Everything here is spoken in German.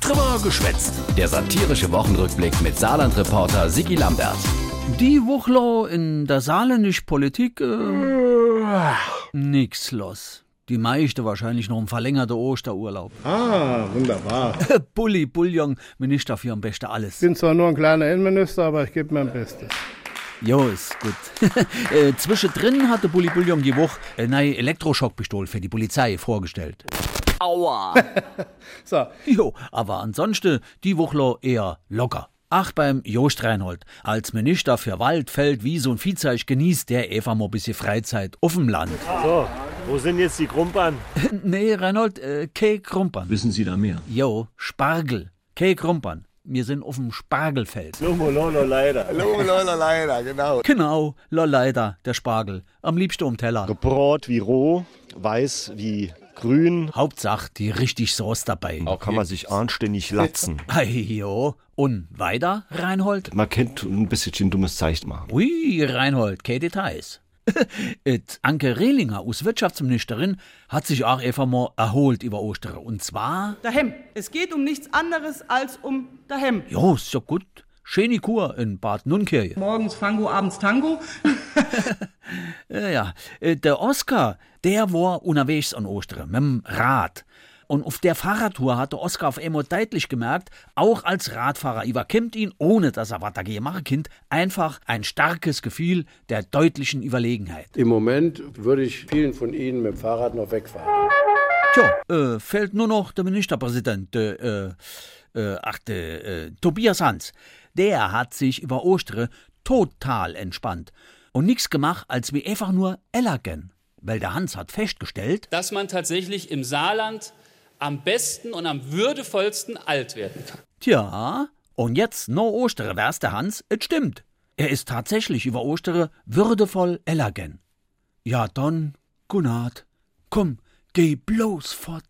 Trimmer geschwätzt. Der satirische Wochenrückblick mit Saarland-Reporter Sigi Lambert. Die Wuchlau in der saarländischen Politik, äh, nix los. Die meiste wahrscheinlich noch ein verlängerter Osterurlaub. Ah, wunderbar. Ich Bulli, Bullion, Minister für am besten alles. bin zwar nur ein kleiner Innenminister, aber ich gebe mein Bestes. Jo, ist gut. äh, zwischendrin hatte Bulli Bullion die Woche äh, neue Elektroschockpistole für die Polizei vorgestellt. Aua! So, Jo, aber ansonsten die Wuchler eher locker. Ach, beim Jost Reinhold. Als Minister für Wald, Feld, Wiese und Viehzeug genießt der Eva mal ein bisschen Freizeit auf dem Land. So, wo sind jetzt die Krumpern? Nee, Reinhold, äh, Kei Krumpern. Wissen Sie da mehr? Jo, Spargel. Kei Krumpern. Wir sind auf dem Spargelfeld. Lomo, lolo, leider. Logo Lola leider, genau. Genau, lol, leider, der Spargel. Am liebsten um Teller. Brot wie roh, weiß wie grün. Hauptsache, die richtig Sauce dabei. Auch kann man sich anständig latzen. Ei, Jo, und weiter, Reinhold? Man kennt ein bisschen dummes Zeichen machen. Ui, Reinhold, keine Details. Et Anke Rehlinger aus Wirtschaftsministerin hat sich auch einfach mal erholt über Ostern. Und zwar, Dahem. Es geht um nichts anderes als um Dahem. jo, ist ja gut, schöne Kur in Bad Nunkirche. Morgens Fango, abends Tango. Ja, ja. Äh, Der Oskar, der war unterwegs an Ostern mit dem Rad. Und auf der Fahrradtour hat der Oskar auf einmal deutlich gemerkt, auch als Radfahrer überkommt ihn, ohne dass er was dagegen machen kann, einfach ein starkes Gefühl der deutlichen Überlegenheit. im Moment würde ich vielen von Ihnen mit dem Fahrrad noch wegfahren. Tja, äh, fällt nur noch der Ministerpräsident, äh, äh, ach, der, äh, Tobias Hans. Der hat sich über Ostere total entspannt und nichts gemacht, als wie einfach nur elegant. Weil der Hans hat festgestellt, dass man tatsächlich im Saarland am besten und am würdevollsten alt werden kann. tja, und jetzt no Ostere wär's der Hans, es stimmt. Er ist tatsächlich über Ostere würdevoll elegant. Ja, dann, Gunnar, komm, geh bloß fort.